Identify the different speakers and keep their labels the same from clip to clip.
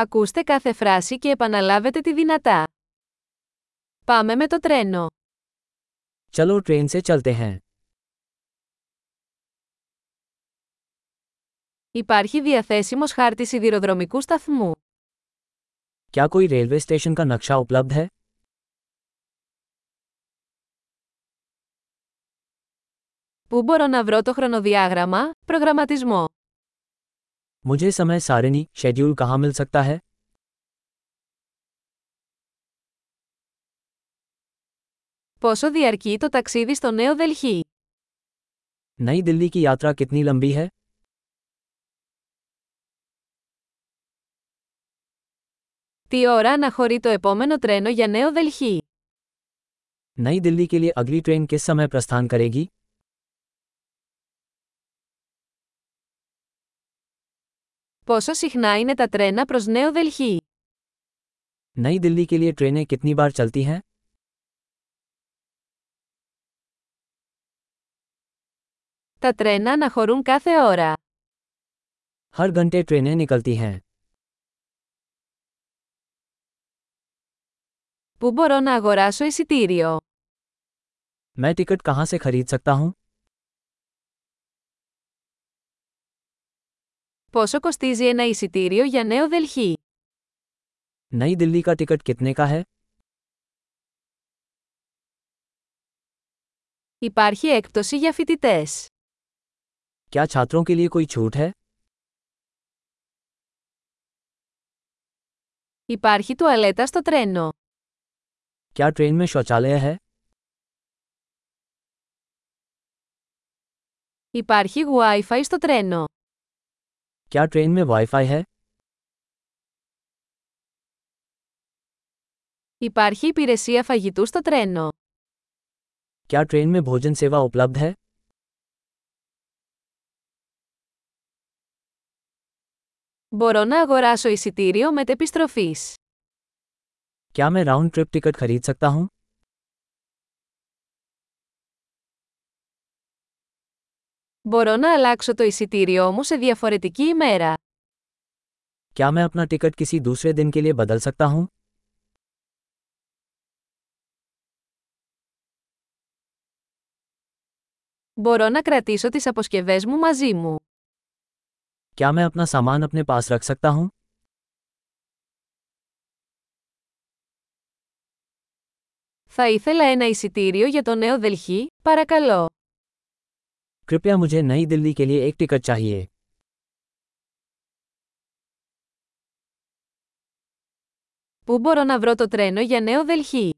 Speaker 1: Ακούστε κάθε φράση και επαναλάβετε τη δυνατά. Πάμε με το τρένο.
Speaker 2: चलो ट्रेन से चलते हैं
Speaker 1: Υπάρχει διαθέσιμος χάρτης σιδηροδρομικού σταθμού.
Speaker 2: क्या कोई रेलवे स्टेशन का नक्शा उपलब्ध है
Speaker 1: Πού μπορώ να βρω το χρονοδιάγραμμα, προγραμματισμό.
Speaker 2: मुझे समय सारिणी शेड्यूल कहाँ मिल सकता है
Speaker 1: Πόσο διαρκεί το ταξίδι στο Νέο Δελχή.
Speaker 2: नई दिल्ली की यात्रा कितनी लंबी है
Speaker 1: Τι ώρα αναχωρεί το επόμενο τρένο για Νέο Δελχή.
Speaker 2: नई दिल्ली के लिए अगली ट्रेन किस समय प्रस्थान करेगी
Speaker 1: Πόσο συχνά είναι τα τρένα προς Νέο Δελχή.
Speaker 2: नई दिल्ली के लिए ट्रेनें कितनी बार चलती हैं
Speaker 1: Τα τρένα αναχωρούν κάθε ώρα.
Speaker 2: हर घंटे ट्रेनें निकलती हैं
Speaker 1: Πού μπορώ να αγοράσω εισιτήριο.
Speaker 2: मैं टिकट कहाँ से खरीद सकता हूँ
Speaker 1: Πόσο κοστίζει ένα εισιτήριο για Νέο Δελχή.
Speaker 2: नई दिल्ली का टिकट कितने का है
Speaker 1: Υπάρχει έκπτωση για φοιτητές.
Speaker 2: क्या छात्रों के लिए कोई छूट है
Speaker 1: Υπάρχει τουαλέτα στο τρένο.
Speaker 2: क्या ट्रेन में शौचालय है
Speaker 1: Υπάρχει Wi-Fi στο τρένο.
Speaker 2: क्या ट्रेन में वाईफाई है
Speaker 1: Υπάρχει υπηρεσία φαγητού στο τρένο.
Speaker 2: क्या ट्रेन में भोजन सेवा उपलब्ध है
Speaker 1: Μπορώ να αγοράσω εισιτήριο μετεπιστροφής.
Speaker 2: क्या मैं राउंड ट्रिप टिकट खरीद सकता हूँ
Speaker 1: Μπορώ να αλλάξω το εισιτήριό μου σε διαφορετική ημέρα.
Speaker 2: क्या मैं अपना टिकट किसी दूसरे दिन के लिए बदल सकता हूँ
Speaker 1: Μπορώ να κρατήσω τις αποσκευές μου μαζί μου.
Speaker 2: क्या मैं अपना सामान अपने पास रख सकता हूँ
Speaker 1: Θα ήθελα ένα εισιτήριο για το νέο Δελχή, παρακαλώ.
Speaker 2: कृपया मुझे नई दिल्ली के लिए एक टिकट चाहिए
Speaker 1: Πού μπορώ να βρω το τρένο για νέο Δελχή.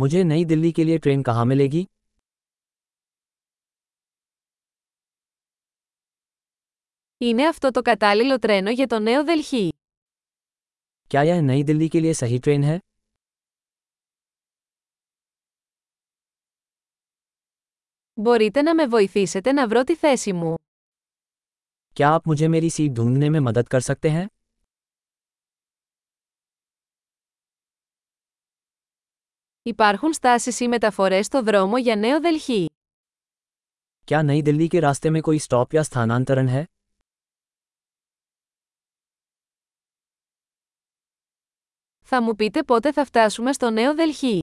Speaker 2: मुझे नई दिल्ली के लिए ट्रेन कहाँ मिलेगी
Speaker 1: Είναι αυτό το κατάλληλο τρένο για το νέο Δελχή.
Speaker 2: क्या यह नई दिल्ली के लिए सही ट्रेन है
Speaker 1: Μπορείτε να με βοηθήσετε να βρω τη θέση μου.
Speaker 2: क्या आप मुझे मेरी सीट ढूंढने में मदद कर सकते हैं
Speaker 1: Υπάρχουν στάσεις ή μεταφορές στο δρόμο για νέο Δελχή.
Speaker 2: क्या नई दिल्ली के रास्ते में कोई स्टॉप या स्थानांतरण है
Speaker 1: Θα μου πείτε πότε θα φτάσουμε στο νέο Δελχή.